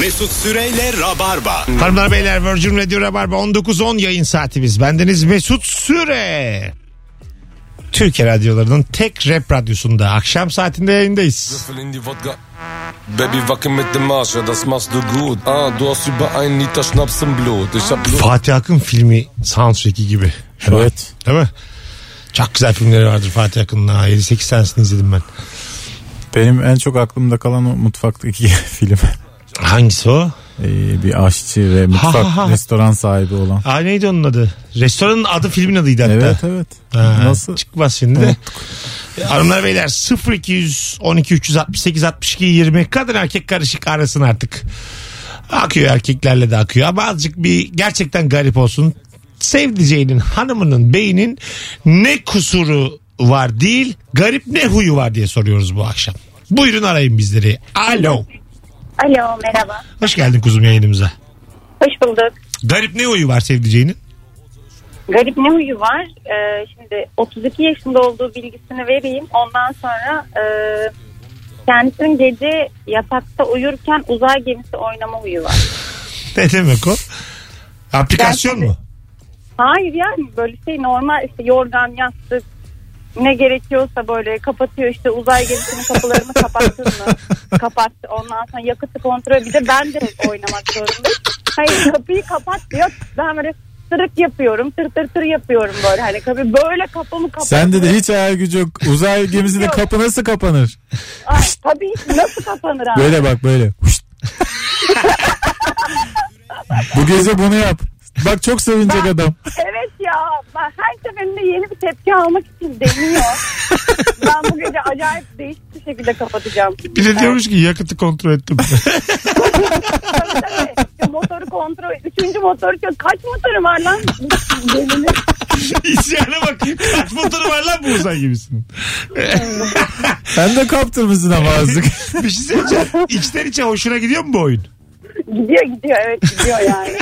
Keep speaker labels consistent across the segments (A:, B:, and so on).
A: Mesut Süreyle Rabarba.
B: Hanımlar beyler Virgin Radio Rabarba 19.10 yayın saatimiz. Bendeniz Mesut Süre. Türkiye radyolarının tek rap radyosunda akşam saatinde yayındayız.
C: Löffel in die Wodka. Baby, wackel mit dem Arsch, ja, das machst du gut. Ah, du hast über einen Liter Schnaps im Blut. Ich hab Blut.
B: Fatih Akın filmi soundtrack'i gibi.
D: Evet.
B: Değil mi? Çok güzel filmleri vardır Fatih Akın'ın. Ha, 7-8 tanesini izledim ben.
D: Benim en çok aklımda kalan o mutfaktaki film.
B: Hangisi o?
D: Ee, bir aşçı ve mutfak
B: Ha, ha, ha.
D: restoran sahibi olan.
B: Aa, neydi onun adı? Restoranın adı filmin adıydı hatta.
D: Evet evet.
B: Ha,
D: Nasıl?
B: Çıkmaz şimdi de. Hanımlar beyler 0212 368 62 20 kadın erkek karışık arasın artık. Akıyor erkeklerle de akıyor ama azıcık bir gerçekten garip olsun. Sevdiceğinin hanımının beynin ne kusuru var değil garip ne huyu var diye soruyoruz bu akşam. Buyurun arayın bizleri. Alo.
E: Alo merhaba.
B: Hoş geldin kuzum yayınımıza.
E: Hoş bulduk.
B: Garip ne huyu var sevdiceğinin?
E: Garip ne huyu var? Ee, şimdi 32 yaşında olduğu bilgisini vereyim. Ondan sonra e, kendisinin gece yatakta uyurken uzay gemisi oynama huyu var.
B: Ne demek o? Aplikasyon mu?
E: Hayır yani böyle şey normal işte yorgan yastık ne gerekiyorsa böyle kapatıyor işte uzay gemisinin kapılarını kapattın mı? Kapattı. Ondan sonra yakıtı kontrol bir de ben de oynamak zorundayım. Hayır kapıyı kapat diyor. Ben böyle tırık yapıyorum. Tır tır tır yapıyorum böyle. Hani kapı böyle kapımı kapat.
D: Sende de hiç hayal gücü yok. Uzay gemisinin
E: Yok.
D: kapı nasıl kapanır?
E: Ay, tabii nasıl kapanır abi?
D: Böyle bak böyle. Huşt. Bu gece bunu yap. Bak çok sevinecek adam.
E: Evet ya. Ben her seferinde yeni bir tepki almak için deniyor. ben bu gece acayip değişik bir şekilde kapatacağım.
B: Bir de diyormuş ki yakıtı kontrol ettim.
E: Tabii, tabii. Ya motoru kontrol. Üçüncü motoru çok. Kaç motoru var lan? Delilir.
B: İsyana bak. Kaç motoru var lan bu uzay gibisin.
D: Sen de kaptırmışsın ama azıcık.
B: bir şey söyleyeceğim. İçten içe hoşuna gidiyor mu bu oyun?
E: gidiyor gidiyor evet gidiyor yani.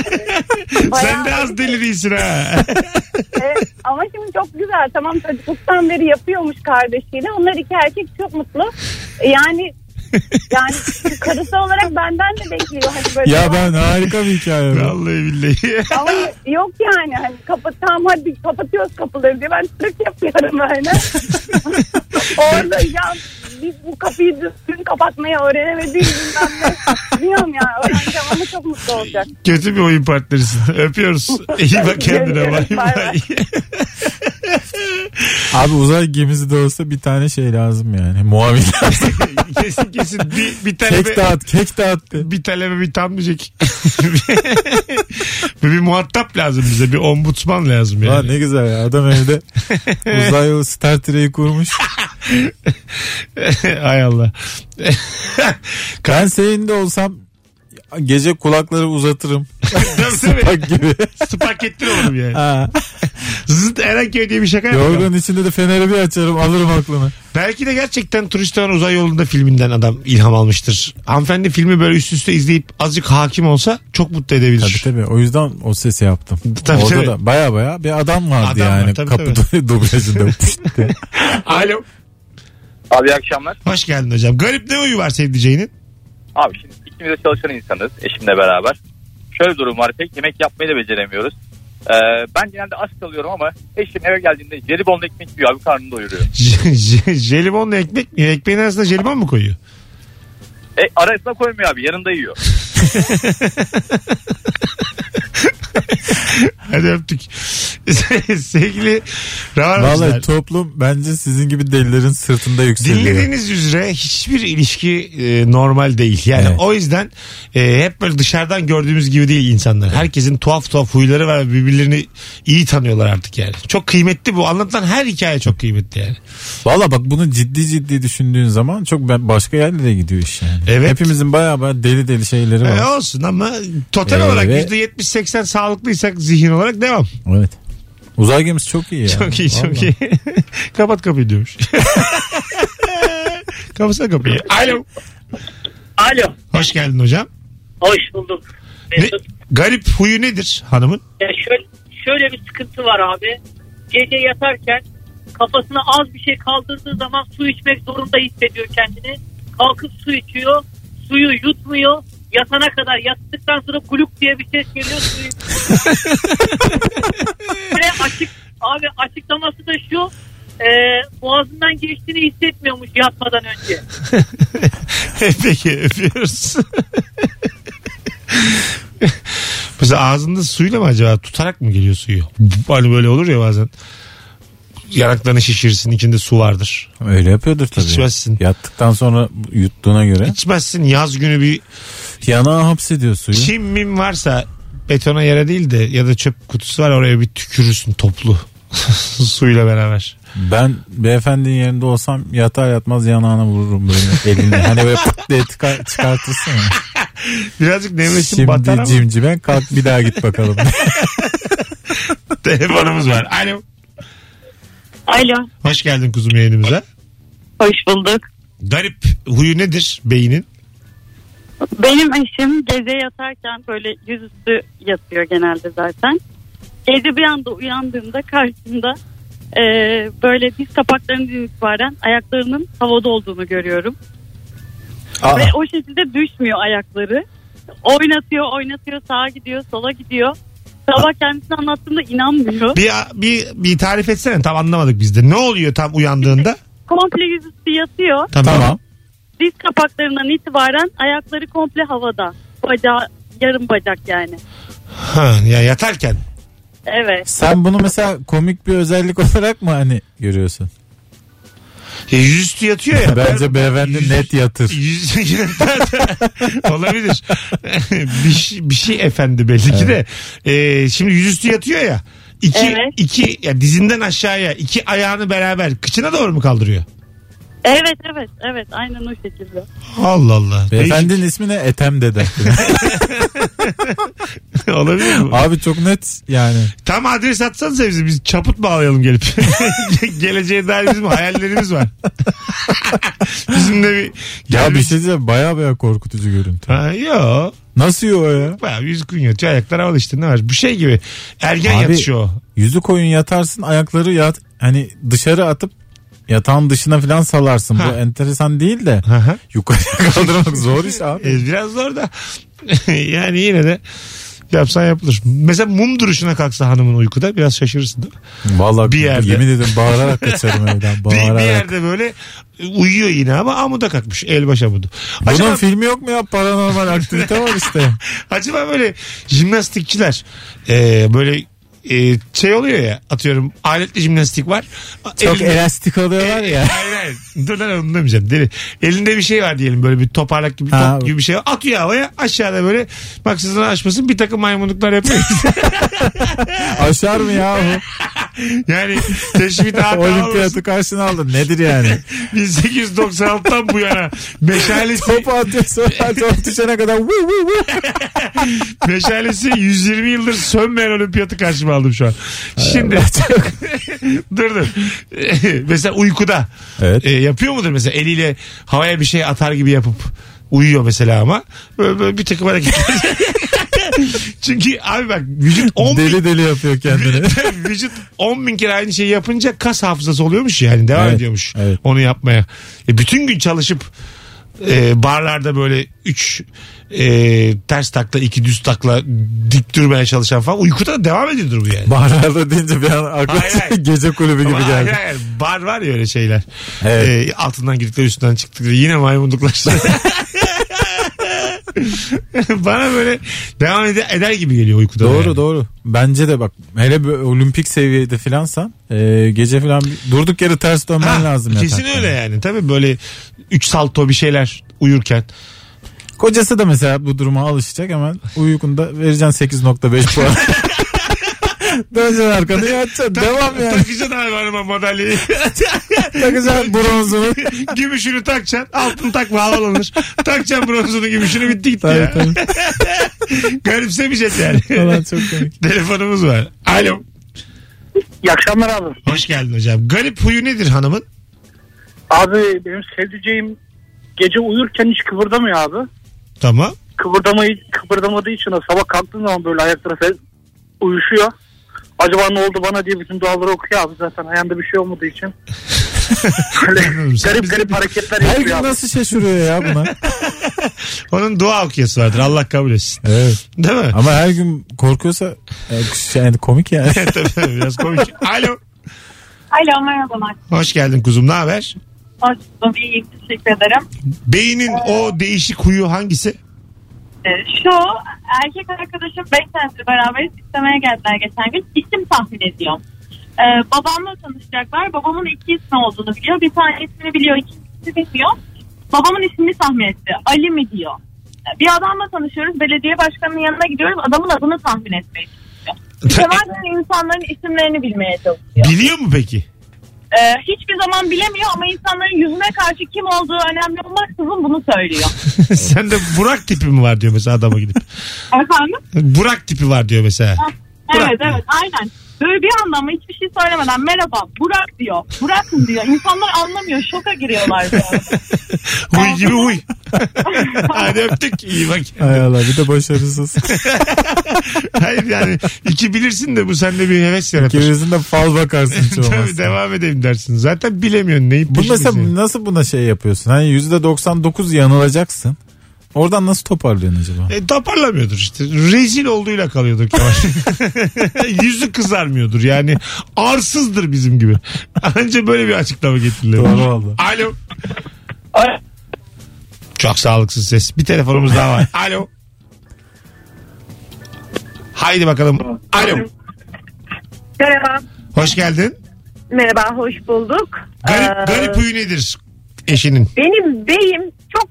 E: Bayağı-
B: Sen de az deli değilsin ha.
E: Evet, ama şimdi çok güzel. Tamam çocukluktan beri yapıyormuş kardeşiyle. Onlar iki erkek çok mutlu. Yani yani karısı olarak benden de bekliyor. Hani böyle
D: ya ben harika bir hikaye. bu.
B: Vallahi billahi.
E: Ama yok yani hani kapat tamam hadi kapatıyoruz kapıları diye ben tık yapıyorum öyle. Orada ya biz bu kapıyı düzgün kapatmayı öğrenemedik bilmem ne. Bilmiyorum ya öğreneceğim ama çok mutlu olacak.
B: Kötü bir oyun partnerisin. Öpüyoruz. İyi bak kendine. Bay
E: Görüşürüz. Bay bay.
B: bay.
D: Abi uzay gemisi de olsa bir tane şey lazım yani. Muavin lazım.
B: kesin kesin. Bir, bir
D: kek
B: talebe...
D: dağıt, kek dağıt. de.
B: Bir talebe bir tam diyecek. bir, bir muhatap lazım bize. Bir ombudsman lazım yani.
D: Lan ne güzel ya adam evde uzay o star Trek'i kurmuş.
B: Hay Allah.
D: Ben senin de olsam gece kulakları uzatırım.
B: Tabii tabii.
D: Bak gibi.
B: Spagettin olurum yani.
D: Ha.
B: Zıt Erenköy diye bir şaka yapıyor.
D: Yorganın içinde de feneri bir açarım alırım aklını.
B: Belki de gerçekten turist olan uzay yolunda filminden adam ilham almıştır. Hanımefendi filmi böyle üst üste izleyip azıcık hakim olsa çok mutlu
D: Tabii
B: edebilir.
D: tabii o yüzden o sesi yaptım.
B: Tabii,
D: Orada
B: tabii.
D: da baya baya bir adam vardı
B: Adam var,
D: yani
B: tabii,
D: kapı dublajında. Pişt diye.
B: Alo.
F: Abi iyi akşamlar.
B: Hoş geldin hocam. Garip ne uyu var sevdiceğinin?
F: Abi şimdi ikimiz de çalışan insanız eşimle beraber. Şöyle bir durum var pek yemek yapmayı da beceremiyoruz. Ee, ben genelde aç kalıyorum ama eşim eve geldiğinde jelibonlu ekmek yiyor abi karnını doyuruyor.
B: J- j- jelibonla ekmek mi? Ekmeğin arasında jelibon mu koyuyor?
F: E, arasına koymuyor abi yanında yiyor.
B: Hadi öptük. Sevgili
D: Vallahi
B: Ravarmışlar.
D: toplum bence sizin gibi delilerin sırtında yükseliyor.
B: Dinlediğiniz üzere hiçbir ilişki e, normal değil. Yani
D: Evet.
B: o yüzden e, hep böyle dışarıdan gördüğümüz gibi değil insanlar. Herkesin tuhaf tuhaf huyları var ve birbirlerini iyi tanıyorlar artık yani. Çok kıymetli bu. Anlatılan her hikaye çok kıymetli yani.
D: Valla bak bunu ciddi ciddi düşündüğün zaman çok ben- başka yerlere gidiyor iş yani.
B: Evet.
D: Hepimizin baya baya deli deli şeyleri
B: E,
D: var.
B: olsun ama total
D: Evet.
B: olarak %70-80 sağlıklıysak zihin olarak devam.
D: Evet. Uzay gemisi çok iyi ya.
B: Çok iyi çok
D: Vallahi.
B: iyi. Kapat kapıyı diyormuş. Kapatsana kapıyı. Alo.
G: Alo.
B: Hoş geldin hocam.
G: Hoş bulduk.
B: Ne,
G: Mesut.
B: garip huyu nedir hanımın?
G: Ya şöyle, şöyle bir sıkıntı var abi. Gece yatarken kafasına az bir şey kaldırdığı zaman su içmek zorunda hissediyor kendini. Kalkıp su içiyor. Suyu yutmuyor. yatana kadar yattıktan sonra kuluk diye bir ses geliyor. Suyu- Ve açık abi açıklaması da şu. E, boğazından geçtiğini hissetmiyormuş yatmadan önce.
B: Peki öpüyoruz. Mesela ağzında suyla mı acaba tutarak mı geliyor suyu? Hani böyle olur ya bazen. Yanaklarını şişirsin içinde su vardır.
D: Öyle yapıyordur tabii.
B: İçmezsin.
D: Yattıktan sonra yuttuğuna göre.
B: İçmezsin yaz günü bir
D: Yanağı hapsediyor suyu.
B: çim mim varsa betona yere değil de ya da çöp kutusu var oraya bir tükürürsün toplu. suyla beraber.
D: Ben beyefendinin yerinde olsam yatar yatmaz yanağına vururum böyle elini. hani böyle pıt diye çıkar, çıkartırsın ya.
B: Birazcık nevresim batar ama
D: Şimdi cimcimen kalk bir daha git bakalım.
B: telefonumuz var. Alo.
H: Alo.
B: Hoş geldin kuzum yayınımıza.
H: Hoş bulduk.
B: Garip huyu nedir beynin?
H: Benim eşim gece yatarken böyle yüzüstü yatıyor genelde zaten. Gece bir anda uyandığımda karşımda e, böyle diz kapaklarından itibaren ayaklarının havada olduğunu görüyorum.
D: Aa.
H: Ve o şekilde düşmüyor ayakları. Oynatıyor, oynatıyor, sağa gidiyor, sola gidiyor. Sabah kendisine anlattığımda inanmıyor.
B: Bir, bir, bir tarif etsene tam anlamadık biz de. Ne oluyor tam uyandığında?
H: Komple yüzüstü yatıyor.
D: tamam.
H: Diz kapaklarından itibaren ayakları komple havada. Bacağı, yarım bacak yani.
B: Ha, ya yatarken.
H: Evet.
D: Sen bunu mesela komik bir özellik olarak mı hani görüyorsun?
B: Ya E, yüzüstü yatıyor ya.
D: Bence beyefendi
B: Yüz-
D: net yatır.
B: Yüz- Olabilir. bir, şey, bir şey efendi belli ki de. Ee, şimdi yüzüstü yatıyor ya. İki,
H: Evet.
B: iki ya dizinden aşağıya iki ayağını beraber kıçına doğru mu kaldırıyor?
H: Evet evet evet aynen o şekilde.
B: Allah Allah.
D: Beyefendinin ismi ne? Etem dede.
B: Değişik. Olabilir mi?
D: Abi çok net yani.
B: Tam adres atsanıza bize biz çaput bağlayalım gelip. Ge- Geleceğe dair bizim hayallerimiz var. bizim de bir...
D: Ya bir şey diyeceğim baya baya korkutucu görüntü.
B: Ha, yo.
D: Nasıl yo ya?
B: Bayağı yüz gün yatıyor. Ayaklar havalı işte ne var? Bu şey gibi. Ergen
D: Abi-
B: yatışı o.
D: Yüzü koyun yatarsın ayakları yat hani dışarı atıp yatağın dışına falan salarsın.
B: Ha.
D: Bu enteresan değil de
B: Hı hı.
D: yukarıya kaldırmak zor iş abi.
B: E, biraz zor da. yani yine de yapsan yapılır. Mesela mum duruşuna kalksa hanımın uykuda biraz şaşırırsın değil mi?
D: Vallahi
B: Bir yerde.
D: yemin ederim bağırarak kaçarım evden.
B: Bir- Bir,
D: Bağırarak.
B: yerde böyle uyuyor yine ama amuda kalkmış. Elbaş amudu.
D: Bunun
B: Acaba,
D: filmi yok mu ya? Paranormal aktivite var işte.
B: acaba böyle jimnastikçiler e, böyle e, şey oluyor ya atıyorum aletli jimnastik var.
D: Çok
B: Elinde-
D: elastik oluyorlar ya.
B: Hayır hayır. Dur lan onu demeyeceğim. Deli. Elinde bir şey var diyelim böyle bir toparlak gibi,
D: Ha.
B: top gibi bir şey var. Atıyor havaya aşağıda böyle maksızını açmasın bir takım maymunluklar yapıyor.
D: Aşar mı ya
B: yani teşvik
D: bu?
B: hata olmasın.
D: Olimpiyatı karşına aldın. Nedir yani?
B: 1896'dan bu yana meşalesi,
D: Topu atıyorsun. Top düşene kadar vu vu vu.
B: meşalesi 120 yıldır sönmeyen olimpiyatı karşıma aldım şu an. Şimdi dur dur. mesela uykuda
D: Evet.
B: e, yapıyor mudur mesela eliyle havaya bir şey atar gibi yapıp uyuyor mesela ama böyle, böyle bir takım hareketler. Çünkü abi bak vücut 10 bin,
D: Deli deli yapıyor kendini.
B: vücut 10 bin kere aynı şeyi yapınca kas hafızası oluyormuş yani devam
D: Evet,
B: ediyormuş
D: evet.
B: onu yapmaya. E, bütün gün çalışıp e, barlarda böyle 3 ters takla 2 düz takla dik durmaya çalışan falan uykuda da devam ediyordur bu yani.
D: Baharlarda deyince bir an
B: Hayır, hayır.
D: aklıma gece kulübü gibi
B: Ama hayır,
D: geldi.
B: hayır. Bar var ya öyle şeyler.
D: Evet.
B: E, altından girdikleri üstünden çıktıkları yine maymunduklar. Bana böyle devam ede- eder gibi geliyor uykuda.
D: Doğru
B: yani.
D: doğru. Bence de bak hele böyle olimpik seviyede filansan e, gece filan bir- durduk yere ters dönmen
B: Ha,
D: lazım.
B: Kesin
D: yataktan.
B: öyle yani. Tabii böyle 3 salto bir şeyler uyurken.
D: Kocası da mesela bu duruma alışacak hemen uykunda vereceksin 8.5 puan. Döneceksin arkada yatacaksın. Devam yani.
B: Takacaksın hayvanıma madalyayı.
D: Takacaksın bronzunu.
B: gümüşünü takacaksın. Altın takma havalanır. takacaksın bronzunu gümüşünü bitti gitti
D: Tabii
B: ya.
D: tabii.
B: Garipsemeyeceksin yani.
D: Falan çok komik.
B: Telefonumuz var. Alo.
I: İyi akşamlar abi.
B: Hoş geldin hocam. Garip huyu nedir hanımın?
I: Abi benim sevdiceğim gece uyurken hiç kıvırdamıyor abi.
B: Tamam.
I: Kıvırdamayı, kıvırdamadığı için de sabah kalktığın zaman böyle ayakları fel- uyuşuyor. Acaba ne oldu bana diye bütün duaları okuyor abi zaten ayağında bir şey olmadığı için. Böyle
B: Anladım. Sen
I: garip
B: bize
I: garip hareketler
D: Her gün
I: yapıyor abi.
D: nasıl şaşırıyor ya buna?
B: Onun dua okuyası vardır. Allah kabul etsin.
D: Evet.
B: Değil mi?
D: Ama her gün korkuyorsa e, yani komik yani.
B: Tabii, Biraz komik. Alo.
E: Alo merhabalar.
B: Hoş geldin kuzum. Ne haber?
E: Hoş buldum. İyiyim. Teşekkür ederim.
B: Beynin o değişik huyu hangisi?
E: Ee, şu erkek arkadaşım 5 senedir beraberiz istemeye geldiler geçen gün. İsim tahmin ediyorum. Ee, babamla tanışacaklar. Babamın iki ismi olduğunu biliyor. Bir tane ismini biliyor, ikincisini bilmiyor. Babamın ismini tahmin etti. Ali mi diyor. Ee, Bir adamla tanışıyoruz. Belediye başkanının yanına gidiyoruz. Adamın adını tahmin etmeye çalışıyor. Temelde insanların isimlerini bilmeye çalışıyor.
B: Biliyor mu peki?
E: Ee, hiçbir zaman bilemiyor ama insanların yüzüne karşı kim olduğu önemli olmaksızın bunu söylüyor.
B: Sen de Burak tipi mi var diyor mesela adama gidip.
E: Efendim?
B: Burak tipi var diyor mesela. Burak
E: Evet
B: diyor.
E: evet aynen. Böyle bir anlamı hiçbir şey söylemeden merhaba Burak diyor. Burak'ım diyor. İnsanlar anlamıyor. Şoka giriyorlar. böyle.
B: Huy gibi huy. Hadi öptük. İyi bak.
D: Hay Allah bir de başarısız.
B: Hayır yani iki bilirsin de bu sende bir heves yaratır.
D: Gerisinde fal bakarsın hiç
B: Tabii
D: olmazsa.
B: devam edeyim dersin. Zaten bilemiyorsun neyi
D: Bu mesela
B: peşindesin.
D: nasıl buna şey yapıyorsun? Hani %99 yanılacaksın. Oradan nasıl toparlıyorsun acaba?
B: E, toparlamıyordur işte. Rezil olduğuyla kalıyordur Kemal. Yüzü kızarmıyordur. Yani arsızdır bizim gibi. Anca böyle bir açıklama getirilir.
D: Doğru valla.
B: Alo. Çok sağlıksız ses. Bir telefonumuz daha var. Alo. Haydi bakalım. Alo.
E: Merhaba.
B: Hoş geldin.
E: Merhaba hoş bulduk.
B: Garip,
E: Ee,
B: garip huyu nedir eşinin?
E: Benim beyim çok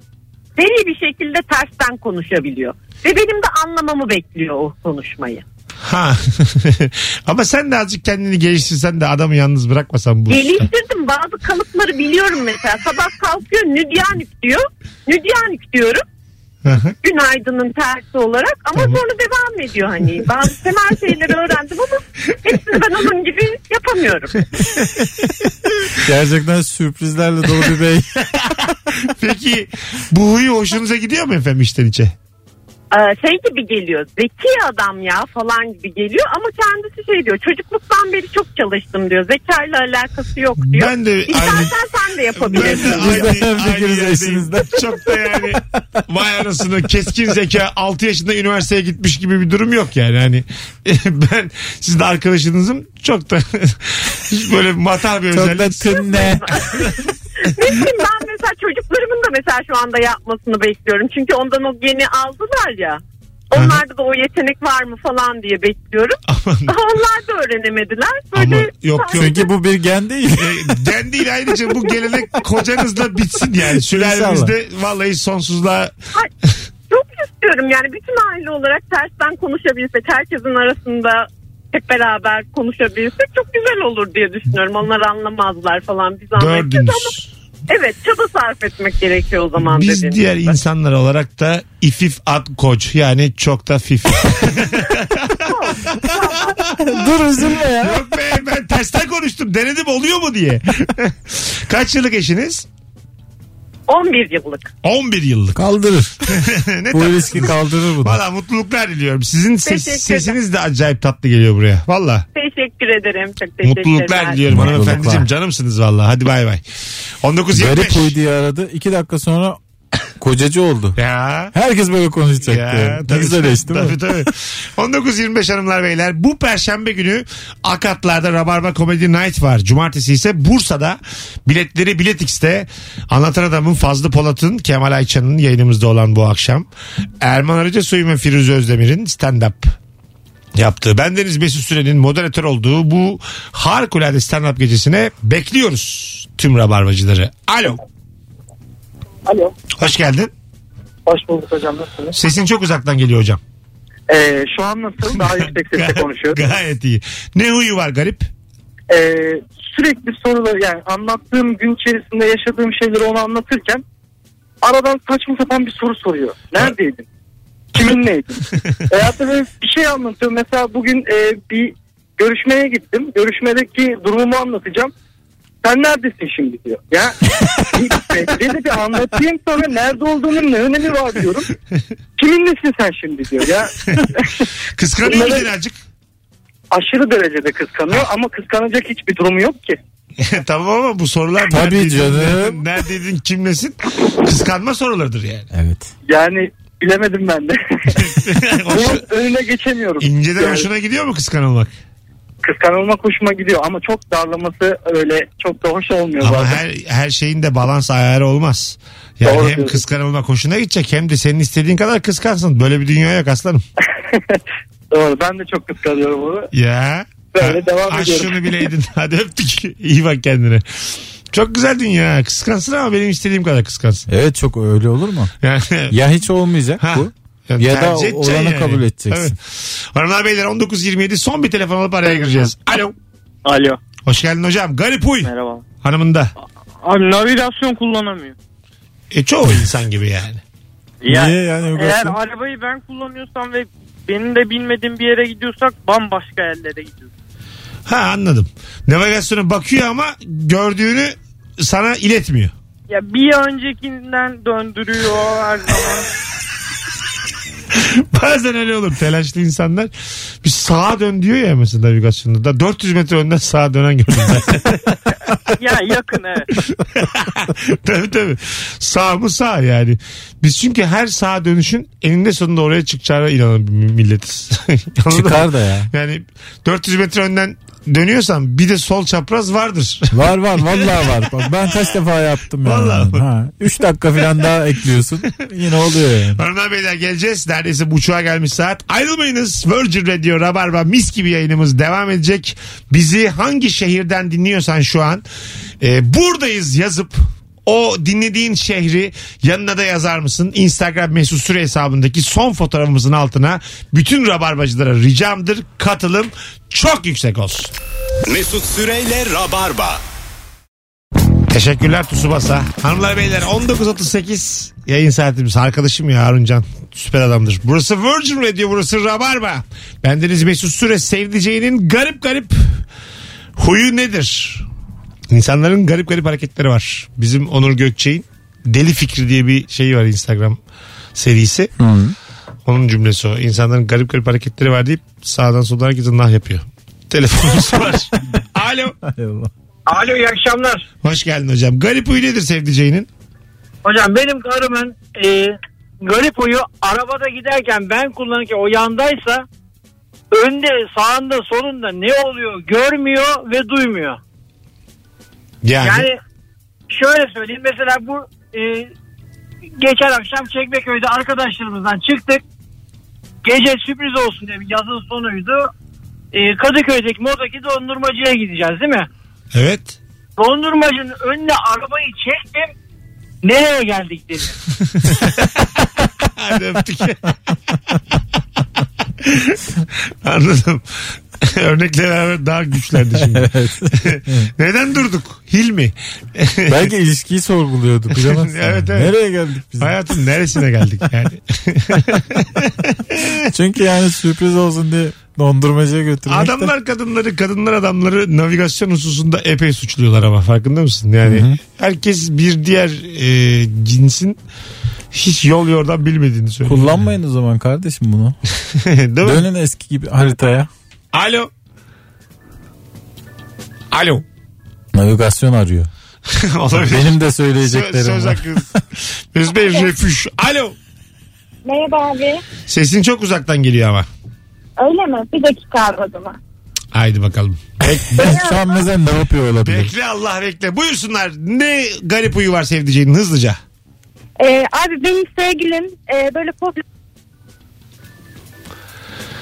E: deli bir şekilde tersten konuşabiliyor. Ve benim de anlamamı bekliyor o konuşmayı.
B: Ha. Ama sen de azıcık kendini geliştirsen de adamı yalnız bırakmasan bu.
E: Geliştirdim bazı kalıpları biliyorum mesela. Sabah kalkıyor nüdyanük diyor. Nüdyanük diyorum.
B: Hı hı.
E: günaydının tersi olarak ama
B: Tamam.
E: sonra devam ediyor hani. Bazı temel şeyleri öğrendim ama hepsini ben onun gibi yapamıyorum.
D: Gerçekten sürprizlerle dolu bir bey.
B: Peki bu huyu hoşunuza gidiyor mu efendim içten içe?
E: Ee, şey gibi geliyor zeki adam ya falan gibi geliyor ama kendisi şey diyor çocukluktan beri çok çalıştım diyor. Zekayla alakası yok diyor.
B: Ben de aynı...
E: İstersen sen de
B: Ben
E: yapabilirsin.
B: de aynı,
D: Biz de
B: aynı
D: fikiriz
B: yerdeyim.
D: eşinizden.
B: Çok da yani vay anasını keskin zeka 6 yaşında üniversiteye gitmiş gibi bir durum yok yani. Hani ben sizin de arkadaşınızım çok da böyle matar bir
D: Çok da
B: özellik.
D: tınne.
E: ne bileyim ben mesela çocuklarımın da mesela şu anda yapmasını bekliyorum. Çünkü ondan o geni aldılar ya. Onlarda da o yetenek var mı falan diye bekliyorum.
B: Aman.
E: Daha onlar da öğrenemediler. Böyle
B: Ama yok yok.
D: Çünkü bu bir gen değil.
B: E, den değil ayrıca bu gelenek kocanızla bitsin yani. Sülalemizde vallahi sonsuzluğa
E: Ay, çok istiyorum yani bütün aile olarak tersten konuşabilsek herkesin arasında hep beraber konuşabilsek çok güzel olur diye düşünüyorum. Onlar anlamazlar falan biz anlayacağız ama
B: dördünüz.
E: evet çaba sarf etmek gerekiyor o zaman
B: Biz
E: dediğiniz
B: diğer
E: gibi.
B: insanlar olarak da ifif at koç yani çok da fif.
D: Dur üzülme ya.
B: Yok be ben tersten konuştum denedim oluyor mu diye. Kaç yıllık eşiniz?
E: 11 yıllık.
B: 11 yıllık.
D: Kaldırır.
B: ne
D: Bu
B: tatlı.
D: riski kaldırır bunu.
B: Valla mutluluklar diliyorum. Sizin ses-
E: Teşekkürler.
B: sesiniz de acayip tatlı geliyor buraya. Valla
E: Teşekkür ederim. Çok teşekkürler.
B: mutluluklar diliyorum
D: Mutluluklar.
B: hanımefendiciğim. Canımsınız valla. Hadi bay bay. 19.25.
D: Garip huy diye aradı. İki dakika sonra kocacı oldu.
B: Ya.
D: Herkes böyle konuşacak.
B: Ya,
D: yani. Ne
B: tabii.
D: güzel eş değil mi?
B: Tabii tabii. 19.25 hanımlar beyler. Bu perşembe günü Akatlar'da Rabarba Comedy Night var. Cumartesi ise Bursa'da biletleri Bilet X'te Anlatan Adam'ın Fazlı Polat'ın Kemal Ayça'nın yayınımızda olan bu akşam. Erman Arıca Soyum ve Firuze Özdemir'in stand-up yaptığı. Bendeniz Mesut Süren'in moderatör olduğu bu harikulade stand-up gecesine bekliyoruz tüm rabarbacıları. Alo.
I: Alo.
B: Hoş geldin.
I: Hoş bulduk hocam nasılsınız?
B: Sesin çok uzaktan geliyor hocam.
I: Ee, şu an nasıl? Daha yüksek sesle konuşuyorum.
B: Gayet iyi. Ne huyu var garip?
I: Ee, sürekli sorular yani anlattığım gün içerisinde yaşadığım şeyleri ona anlatırken aradan saçma sapan bir soru soruyor. Neredeydin? Kiminleydin? Veyahut da böyle bir şey anlatıyorum. Mesela bugün e, bir görüşmeye gittim. Görüşmedeki durumumu anlatacağım. Sen neredesin şimdi diyor. Ya dedi bir anlatayım sonra nerede olduğunun ne önemi var diyorum. Kiminlesin sen şimdi diyor ya.
B: Kıskanıyor
I: Bunları-
B: musun azıcık?
I: Aşırı derecede kıskanıyor ama kıskanacak hiçbir durumu yok ki.
B: tamam ama bu sorular
D: Tabii
B: neredeydin,
D: canım.
B: neredeydin kimlesin kıskanma sorularıdır yani.
D: Evet.
I: Yani bilemedim ben de.
B: Hoş,
I: Bunun önüne geçemiyorum.
B: inceden
I: Yani
B: hoşuna gidiyor mu kıskanılmak?
I: Kıskanılmak hoşuma gidiyor ama çok darlaması öyle çok da hoş olmuyor
B: Ama
I: bazen.
B: her her şeyin de balans ayarı olmaz. Yani
I: Doğru
B: hem
I: diyorsun.
B: kıskanılmak hoşuna gidecek hem de senin istediğin kadar kıskansın. Böyle bir dünya yok aslanım.
I: Doğru ben de çok kıskanıyorum onu.
B: Ya.
I: Böyle
B: Ha,
I: devam
B: aç
I: ediyorum.
B: şunu bileydin. Hadi öptük. İyi bak kendine. Çok güzel dünya. Kıskansın ama benim istediğim kadar kıskansın.
D: Evet çok öyle olur mu?
B: Yani
D: Ya hiç olmayacak
B: Ha.
D: bu.
B: Yani
D: Ya da
B: tercih edeceksin
D: olanı kabul edeceksin.
B: Tabii. Hanımlar beyler 19.27 son bir telefon alıp araya gireceğiz. Alo.
J: Alo.
B: Hoş geldin hocam. Garip huy.
J: Merhaba.
B: Hanımında.
J: Abi navigasyon kullanamıyor.
B: E çoğu insan gibi yani.
J: Ya,
D: Niye yani
J: Eğer
D: Ugas'ın?
J: arabayı ben kullanıyorsam ve benim de bilmediğim bir yere gidiyorsak bambaşka yerlere gidiyoruz.
B: Ha anladım. Navigasyona bakıyor ama gördüğünü sana iletmiyor.
J: Ya bir öncekinden döndürüyor her zaman.
B: Bazen öyle olur telaşlı insanlar. Bir sağa dön diyor ya mesela navigasyonda. Da 400 metre önden sağa dönen gördüm ben.
J: ya yakın evet.
B: tabii tabii. Sağ mı sağ yani. Biz çünkü her sağa dönüşün eninde sonunda oraya çıkacağına inanan bir milletiz. Anladın mı?
D: Çıkar da ya.
B: Yani 400 metre önden dönüyorsan bir de sol çapraz vardır.
D: Var var vallahi var. Bak ben kaç defa yaptım yani.
B: Vallahi var.
D: Ha, 3 dakika falan daha ekliyorsun. Yine oluyor yani.
B: Hanımlar beyler geleceğiz. Neredeyse buçuğa gelmiş saat. Ayrılmayınız. Virgin Radio Rabarba mis gibi yayınımız devam edecek. Bizi hangi şehirden dinliyorsan şu an e, buradayız yazıp o dinlediğin şehri yanına da yazar mısın? Instagram mesut süre hesabındaki son fotoğrafımızın altına bütün rabarbacılara ricamdır. Katılım çok yüksek olsun.
A: Mesut Süreyle Rabarba.
B: Teşekkürler Tsubasa. Hanımlar beyler 19.38 yayın saatimiz. Arkadaşım ya Harun Can. Süper adamdır. Burası Virgin Radio burası Rabarba. Bendeniz Mesut Süre sevdiceğinin garip garip huyu nedir? İnsanların garip garip hareketleri var. Bizim Onur Gökçek'in Deli Fikri diye bir şeyi var Instagram serisi. Onun cümlesi o. İnsanların garip garip hareketleri var deyip sağdan soldan herkese nah yapıyor. Telefonumuz var. Alo.
J: Alo iyi akşamlar.
B: Hoş geldin hocam. Garip huyu nedir sevdiceğinin?
J: Hocam benim karımın e, garip huyu arabada giderken ben kullanırken o yandaysa önde sağında solunda ne oluyor görmüyor ve duymuyor.
B: Yani,
J: Yani şöyle söyleyeyim mesela bu e, geçen akşam Çekmeköy'de arkadaşlarımızdan çıktık. Gece sürpriz olsun diye bir yazın sonuydu. E, Kadıköy'deki modaki dondurmacıya gideceğiz değil mi?
B: evet.
J: Dondurmacının önüne arabayı çektim. Nereye geldik dedi.
B: Hadi öptük. Anladım. Örnekle beraber daha güçlendi şimdi. Neden durduk? Hilmi.
D: Belki ilişkiyi sorguluyordu. bilemezsin.
B: Evet, evet.
D: Nereye geldik biz?
B: Hayatın neresine geldik yani?
D: Çünkü yani sürpriz olsun diye dondurmacıya götürmek de.
B: Adamlar kadınları, kadınlar adamları navigasyon hususunda epey suçluyorlar ama farkında mısın? Yani herkes bir diğer e, cinsin hiç yol yordan bilmediğini söylüyor.
D: Kullanmayın o zaman kardeşim bunu.
B: Değil mi?
D: Dönün eski gibi haritaya.
B: Alo. Alo.
D: Navigasyon arıyor.
B: Olabilir.
D: Benim de
B: söz,
D: söyleyeceklerim
B: söz
D: var.
B: hakkı. Mesut Bey refüj. Alo.
E: Merhaba abi.
B: Sesin çok uzaktan geliyor ama.
E: Öyle mi? Bir dakika abi o zaman.
B: Haydi bakalım.
D: Ben şu an mesela ne yapıyor olabilir?
B: Bekle Allah bekle. Buyursunlar. Ne garip uyu var sevdiceğinin hızlıca.
E: Ee, abi benim sevgilim e, böyle problem...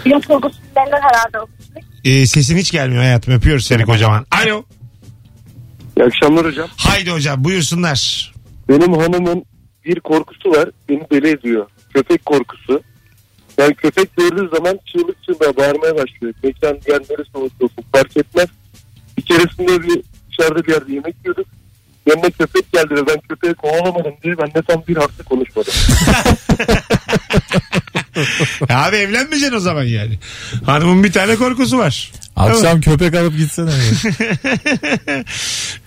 E: Pilot kurgusundan herhalde olmuştur.
B: Ee, sesin hiç gelmiyor hayatım. Öpüyoruz seni kocaman. Alo.
I: İyi akşamlar hocam.
B: Haydi hocam buyursunlar.
I: Benim hanımın bir korkusu var. Beni deli ediyor. Köpek korkusu. Yani köpek gördüğü zaman çığlık çığlığa bağırmaya başlıyor. Mekan diğer neresi olursa olsun fark etmez. Bir keresinde bir dışarıda bir yerde yemek yiyorduk. Yanına köpek geldi ve ben köpeği kovalamadım diye ben de tam bir hafta konuşmadım.
B: Ya E abi evlenmeyeceksin o zaman yani. Hanımın bir tane korkusu var.
D: Akşam köpek alıp gitsene. ya.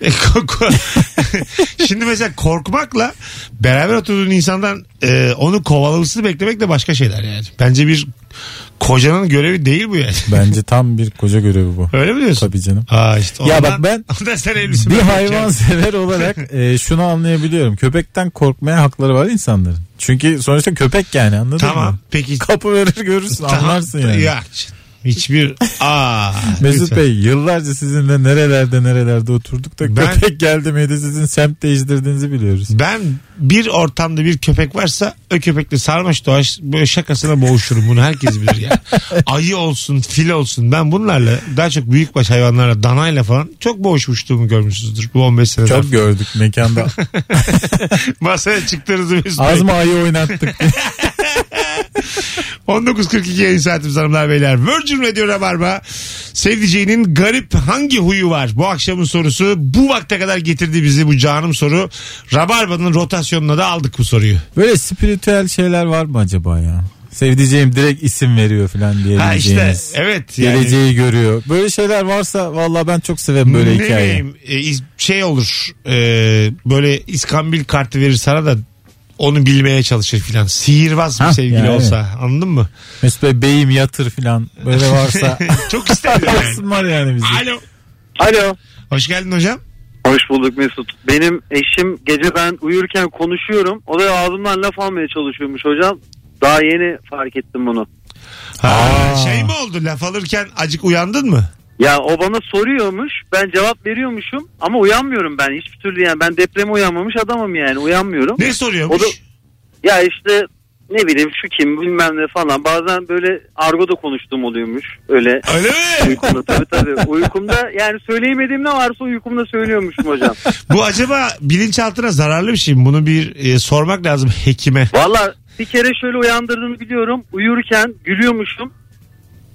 B: E, korku- Şimdi mesela korkmakla beraber oturduğun insandan e, onu kovalamasını beklemek de başka şeyler yani. Bence bir kocanın görevi değil bu yani.
D: Bence tam bir koca görevi bu.
B: Öyle mi diyorsun?
D: Tabii canım.
B: Aa işte
D: Ya
B: ondan,
D: bak ben-
B: ondan sen evlisin.
D: Bir
B: Ben
D: hayvan
B: bekarım.
D: sever olarak e, şunu anlayabiliyorum. Köpekten korkmaya hakları var insanların. Çünkü sonuçta köpek yani anladın
B: Tamam
D: mı?
B: peki.
D: Kapı verir görürsün
B: Tamam.
D: anlarsın yani.
B: Ya, hiçbir aa
D: Mesut
B: lütfen.
D: Bey yıllarca sizinle nerelerde nerelerde oturduk da
B: Ben-
D: köpek geldi miydi sizin semt değiştirdiğinizi biliyoruz.
B: Ben bir ortamda bir köpek varsa o köpekle sarmaş dolaş böyle şakasına boğuşurum bunu herkes bilir ya. Ayı olsun fil olsun ben bunlarla daha çok büyükbaş hayvanlarla danayla falan çok boğuşmuşluğumu görmüşsünüzdür bu 15 senede.
D: Çok gördük mekanda.
B: Masaya çıktığınızı Mesut Bey.
D: Az mı ayı oynattık?
B: 19.42 yayın saatimiz hanımlar beyler. Virgin Radio Rabarba. Sevdiceğinin garip hangi huyu var? Bu akşamın sorusu bu vakte kadar getirdi bizi bu canım soru. Rabarba'nın rotasyonuna da aldık bu soruyu.
D: Böyle spiritüel şeyler var mı acaba ya? Sevdiceğim direkt isim veriyor falan diye.
B: Ha işte evet. yani-
D: Geleceği görüyor. Böyle şeyler varsa valla ben çok severim böyle
B: ne
D: hikaye.
B: bileyim, e, iz- şey olur e, böyle iskambil kartı verir sana da onu bilmeye çalışır filan. Sihirbaz bir
D: Ha,
B: sevgili
D: yani.
B: olsa anladın mı?
D: Mesut Bey beyim yatır filan böyle varsa.
B: Çok isterim yani.
D: Olsun var yani bizim.
B: Alo.
I: Alo.
B: Hoş geldin hocam.
I: Hoş bulduk Mesut. Benim eşim gece ben uyurken konuşuyorum. O da ağzımdan laf almaya çalışıyormuş hocam. Daha yeni fark ettim bunu.
B: Ha,
D: Aa.
B: şey mi oldu laf alırken acık uyandın mı?
I: Ya o bana soruyormuş. Ben cevap veriyormuşum. Ama uyanmıyorum ben hiçbir türlü yani. Ben depreme uyanmamış adamım yani. Uyanmıyorum.
B: Ne soruyormuş?
I: O da- Ya işte ne bileyim şu kim bilmem ne falan. Bazen böyle argoda konuştuğum oluyormuş. Öyle
B: Öyle mi?
I: uykumda tabii tabii. Uykumda yani söyleyemediğim ne varsa uykumda söylüyormuşum hocam.
B: Bu acaba bilinçaltına zararlı bir şey mi? Bunu bir e, sormak lazım hekime.
I: Valla bir kere şöyle uyandırdığını biliyorum. Uyurken gülüyormuşum.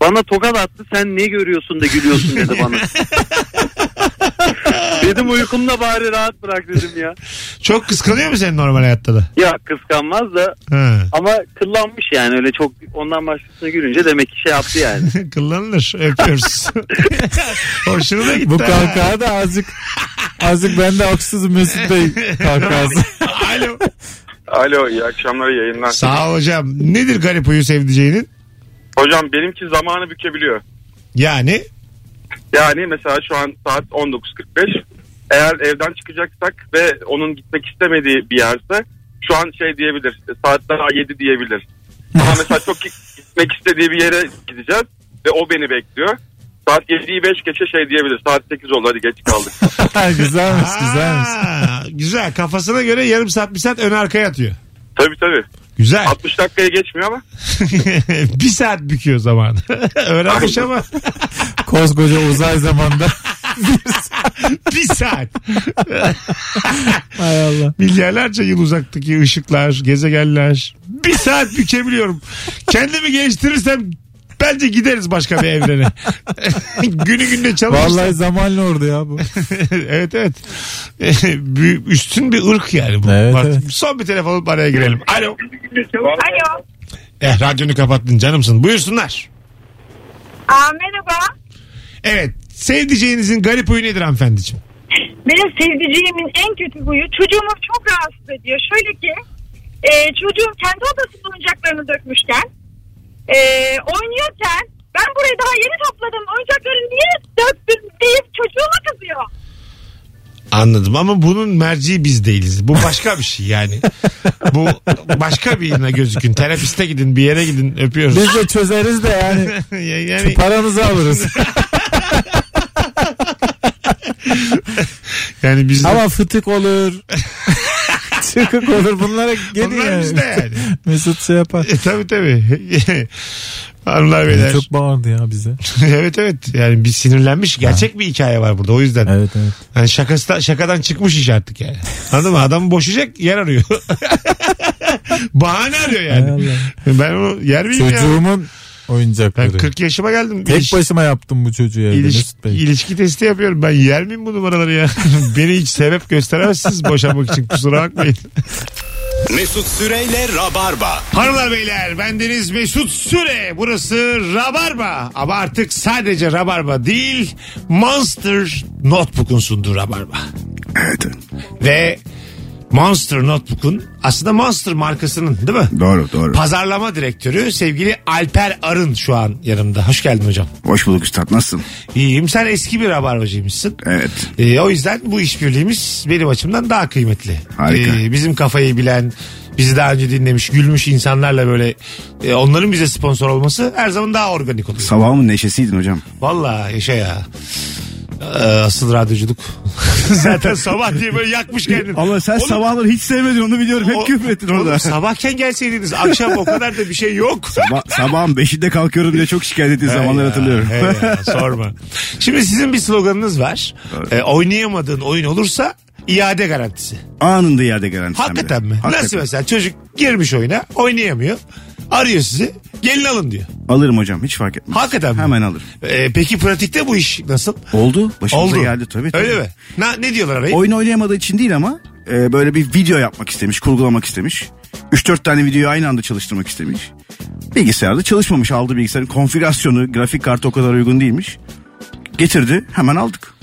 I: Bana tokat attı. Sen ne görüyorsun da gülüyorsun dedi bana. dedim uykumda bari rahat bırak dedim ya.
B: Çok kıskanıyor mu seni normal hayatta da?
I: Ya kıskanmaz da
B: Ha.
I: ama kıllanmış yani öyle çok ondan başkasına gülünce demek ki şey yaptı yani.
B: Kullanılır. Öpüyoruz. Hoşuna da gitti.
D: Bu
B: ha.
D: kahkaha da azıcık azıcık ben de haksızım Mesut Bey kahkahası.
B: Alo.
K: Alo iyi akşamlar iyi yayınlar.
B: Sağ ol hocam. Nedir garip huyu sevdiceğinin?
K: Hocam benimki zamanı bükebiliyor.
B: Yani
K: Yani mesela şu an saat 19.45. Eğer evden çıkacaksak ve onun gitmek istemediği bir yerse şu an şey diyebilir. Saat daha 7 diyebilir. Ama mesela çok gitmek istediği bir yere gideceğiz ve o beni bekliyor. Saat 7'yi 5 geçe şey diyebilir. Saat 8 oldu hadi geç kaldık.
D: güzelmiş güzelmiş.
B: Aa, güzel. Kafasına göre yarım saat bir saat ön arkaya atıyor.
K: tabii tabii.
B: Güzel.
K: 60 dakikaya geçmiyor ama.
B: bir saat büküyor zaman. Öğrenmiş ama
D: Koskoca uzay zamanda.
B: bir saat.
D: Hay Allah.
B: Milyarlarca yıl uzaktaki ışıklar, gezegenler. Bir saat bükebiliyorum. Kendimi geliştirirsem bence gideriz başka bir evrene. Günü gününe çalışırsam.
D: Vallahi zamanlı orada ya bu.
B: evet evet. Büyük- Üstün bir ırk yani bu.
D: Evet,
B: Bak,
D: evet.
B: Son bir telefon alıp araya girelim. Alo.
E: Alo.
B: Eh radyonu kapattın canımsın. Buyursunlar.
E: Aa, merhaba.
B: Evet. Sevdiceğinizin garip huyu nedir hanımefendiciğim?
E: Benim sevdiceğimin en kötü huyu çocuğumu çok rahatsız ediyor. Şöyle ki e, çocuğum kendi odasında oyuncaklarını dökmüşken e, oynuyorken ben buraya daha yeni topladım oyuncakları niye döktün deyip çocuğuma kızıyor.
B: Anladım ama bunun merci biz değiliz. Bu başka bir şey yani. Bu başka birine gözükün. Terapiste gidin bir yere gidin öpüyoruz.
D: Biz de çözeriz de yani
B: yani
D: paranızı alırız.
B: yani biz de-
D: Ama fıtık olur. Çıkık olur bunlara gelin
B: Bunlar
D: yani.
B: bizde yani.
D: Mesut şey yapar.
B: E, tabii tabii. Hanımlar beyler.
D: Çok bağırdı ya bize.
B: evet evet. Yani bir sinirlenmiş. Gerçek bir hikaye var burada. O yüzden.
D: Evet evet.
B: Yani şakası da- şakadan çıkmış iş artık yani. Anladın mı? Adam boşayacak yer arıyor. Bahane arıyor yani. Ben onu yer miyim ya?
D: Çocuğumun oyuncakları.
B: Ben 40 yaşıma geldim.
D: Tek
B: İliş-
D: başıma yaptım bu çocuğu evde
B: İliş,
D: Mesut Bey.
B: ilişki testi yapıyorum. Ben yer miyim bu numaraları ya? Beni hiç sebep gösteremezsiniz boşanmak için. Kusura bakmayın.
A: Mesut Süreyle Rabarba.
B: Hanımlar beyler bendeniz Mesut Süre. Burası Rabarba. Ama artık sadece Rabarba değil Monster Notebook'un sunduğu Rabarba. Evet. Ve Monster Notebook'un aslında Monster markasının değil mi?
L: Doğru doğru.
B: Pazarlama direktörü sevgili Alper Arın şu an yanımda. Hoş geldin hocam.
L: Hoş bulduk üstad nasılsın?
B: İyiyim. Sen eski bir rabarbacıymışsın.
L: Evet.
B: Ee, o yüzden bu işbirliğimiz benim açımdan daha kıymetli.
L: Harika.
B: Ee, bizim kafayı bilen, bizi daha önce dinlemiş, gülmüş insanlarla böyle e, onların bize sponsor olması her zaman daha organik oluyor.
L: Sabahımın neşesiydin hocam.
B: Vallahi yaşa ya. Ee, asıl radyoculuk. Zaten sabah diye böyle yakmış kendini.
L: Ama sen
B: Oğlum,
L: sabahları hiç sevmedin onu biliyorum. Hep küfür ettin
B: oğlum
L: orada.
B: sabahken gelseydiniz akşam o kadar da bir şey yok.
L: Sabah, sabahın beşinde kalkıyorum diye çok şikayet ettiğin
B: Hey
L: zamanları
B: ya,
L: hatırlıyorum.
B: hey ya, sorma. Şimdi sizin bir sloganınız var. Ee, oynayamadığın oyun olursa iade garantisi.
L: Anında iade garantisi. hem de.
B: Hakikaten mi?
L: Hakikaten.
B: Nasıl mesela çocuk girmiş oyuna oynayamıyor. Arıyor sizi. Gelin alın diyor.
L: Alırım hocam hiç fark etmez.
B: Hakikaten mi?
L: Hemen alırım.
B: Ee, peki pratikte bu iş nasıl?
L: Oldu. Başımıza
B: Oldu.
L: geldi tabii. tabii.
B: Öyle mi? Na, ne diyorlar arayı?
L: Oyun oynayamadığı için değil ama e, böyle bir video yapmak istemiş, kurgulamak istemiş. 3-4 tane videoyu aynı anda çalıştırmak istemiş. Bilgisayarda çalışmamış. Aldı bilgisayarın konfigürasyonu, grafik kartı o kadar uygun değilmiş. Getirdi, hemen aldık.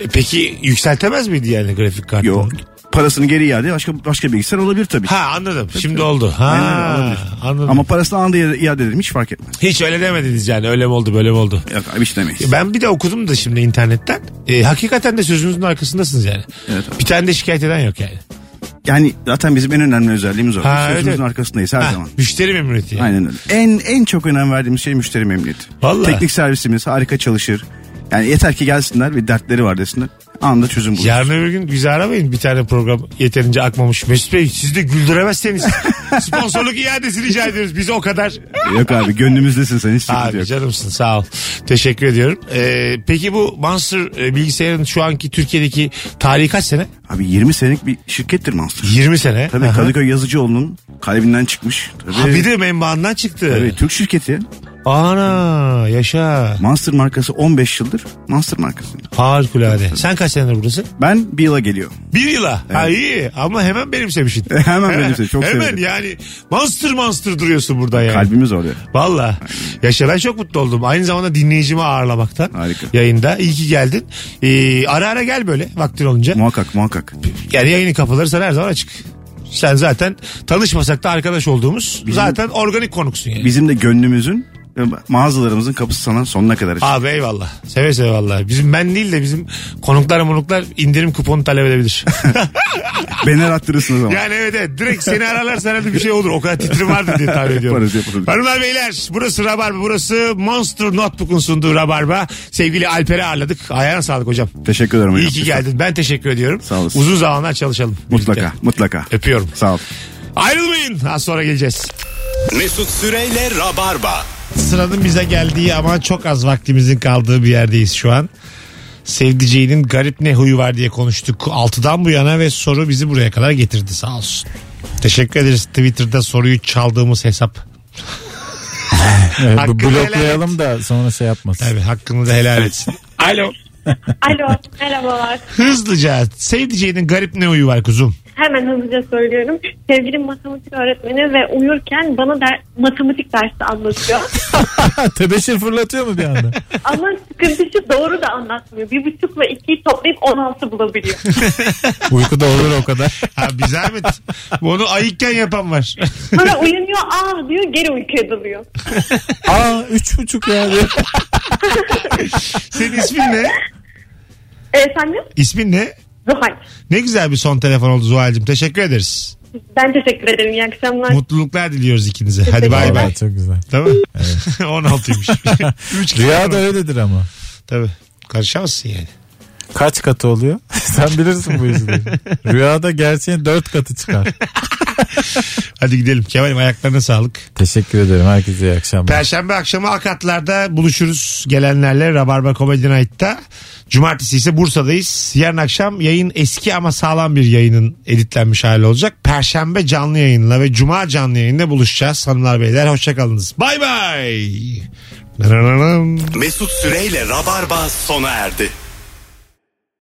B: E, Peki yükseltemez miydi yani grafik kartı?
L: Yok. Parasını geri iade başka başka bilgisayar olabilir tabii.
B: Ha anladım. Şimdi oldu.
L: Aynen öyle,
B: Ha,
L: olabilir.
B: anladım.
L: Ama parasını anında iade edelim hiç fark etmez.
B: Hiç öyle demediniz yani öyle mi oldu böyle mi oldu?
L: Yok abi hiç demeyiz.
B: Ben bir de okudum da şimdi internetten. E, hakikaten de sözünüzün arkasındasınız yani.
L: Evet.
B: Bir tane de şikayet eden yok yani.
L: Yani zaten bizim en önemli özelliğimiz o.
B: Ha,
L: Sözümüzün
B: evet.
L: arkasındayız her
B: Ha,
L: zaman.
B: Müşteri memnuniyeti. yani.
L: Aynen öyle. En en çok önem verdiğimiz şey müşteri memnuniyeti.
B: Vallahi.
L: Teknik servisimiz harika çalışır. Yani yeter ki gelsinler bir dertleri var desinler. Anında çözüm bulur.
B: Yarın öbür gün bizi aramayın bir tane program yeterince akmamış. Mesut Bey siz de güldüremezseniz sponsorluk iadesi rica ediyoruz. Biz o kadar.
L: Yok abi gönlümüzdesin sen hiç sıkıntı
B: Abi
L: yok.
B: canımsın sağ ol. Teşekkür ediyorum. E, peki bu Monster e, bilgisayarın şu anki Türkiye'deki tarihi kaç sene?
L: Abi 20 senelik bir şirkettir Monster.
B: 20 sene.
L: Tabii
B: Aha.
L: Kadıköy Yazıcıoğlu'nun kalbinden çıkmış. Tabii.
B: Ha, bir de menbaından çıktı.
L: Tabii Türk şirketi.
B: Ana yaşa.
L: Monster markası 15 yıldır Monster markası.
B: Harikulade. Sen kaç senedir buradasın?
L: Ben bir yıla geliyor.
B: Bir yıla. Ha iyi ama hemen benimsemişsin.
L: Hemen benimsedim, çok
B: Hemen
L: sevindim.
B: yani monster monster duruyorsun burada yani.
L: Kalbimiz orada.
B: Valla. Yaşa ben çok mutlu oldum. Aynı zamanda dinleyicimi ağırlamaktan.
L: Harika.
B: Yayında. İyi ki geldin. Ee, ara ara gel böyle vaktin olunca.
L: Muhakkak muhakkak.
B: Yani yayının kapıları sana her zaman açık. Sen zaten tanışmasak da arkadaş olduğumuz zaten organik konuksun yani.
L: Bizim de gönlümüzün ve mağazalarımızın kapısı sana sonuna kadar açık.
B: Abi eyvallah. Seve seve vallahi. Bizim ben değil de bizim konuklar monuklar indirim kuponu talep edebilir.
L: Beni arattırırsın o zaman.
B: Yani evet evet. Direkt seni ararlarsa herhalde bir şey olur. O kadar titrim vardı diye tahmin ediyorum.
L: Yaparız, yaparız.
B: Hanımlar beyler burası Rabarba. Burası Monster Notebook'un sunduğu Rabarba. Sevgili Alper'i ağırladık. Ayağına sağlık hocam.
L: Teşekkür ederim.
B: İyi
L: hocam.
B: ki geldin. Ben teşekkür ediyorum.
L: Sağ olasın.
B: Uzun zamanlar çalışalım.
L: Mutlaka
B: birlikte.
L: mutlaka.
B: Öpüyorum.
L: Sağ ol.
B: Ayrılmayın. Az sonra geleceğiz.
A: Mesut Süreyle Rabarba.
B: Sıranın bize geldiği ama çok az vaktimizin kaldığı bir yerdeyiz şu an. Sevdiceğinin garip ne huyu var diye konuştuk. Altıdan bu yana ve soru bizi buraya kadar getirdi sağ olsun. Teşekkür ederiz Twitter'da soruyu çaldığımız hesap.
D: Evet, bu
B: Hakkını helal
D: bloklayalım da sonra şey yapmasın.
B: Tabii hakkını da helal etsin.
M: Alo.
E: Alo merhabalar.
B: Hızlıca sevdiceğinin garip ne huyu var kuzum?
E: Hemen hızlıca söylüyorum. Sevgilim matematik öğretmeni ve uyurken bana der, matematik dersi anlatıyor.
D: Tebeşir fırlatıyor mu bir anda?
E: Ama sıkıntısı doğru da anlatmıyor. Bir buçukla ikiyi toplayıp 16 bulabiliyor.
D: Uyku da olur o kadar.
B: Ha, bir zahmet. Bunu ayıkken yapan var.
E: Sonra uyanıyor aa diyor geri uykuya dalıyor.
D: Aa üç buçuk yani.
B: Senin ismin ne?
E: E, sen ne?
B: İsmin ne?
E: Zuhal.
B: Ne güzel bir son telefon oldu Zuhal'cığım. Teşekkür ederiz.
E: Ben teşekkür ederim. İyi akşamlar.
B: Mutluluklar diliyoruz ikinize. Hadi bay bay.
D: Vallahi Çok güzel.
B: Tamam. 16'ymış. 3
D: Rüya da öyledir ama.
B: Tabii. Karışamazsın yani.
D: Kaç katı oluyor? Sen bilirsin bu yüzleri. Rüyada gerçeğin dört katı çıkar.
B: Hadi gidelim. Kemal'im ayaklarına sağlık.
D: Teşekkür ederim. Herkese iyi akşamlar.
B: Perşembe akşamı Akatlar'da buluşuruz gelenlerle Rabarba Comedy Night'ta. Cumartesi ise Bursa'dayız. Yarın akşam yayın eski ama sağlam bir yayının editlenmiş hali olacak. Perşembe canlı yayınla ve Cuma canlı yayında buluşacağız. Hanımlar beyler hoşçakalınız. Bay bay. Nananam.
A: Mesut Süreyle Rabarba sona erdi.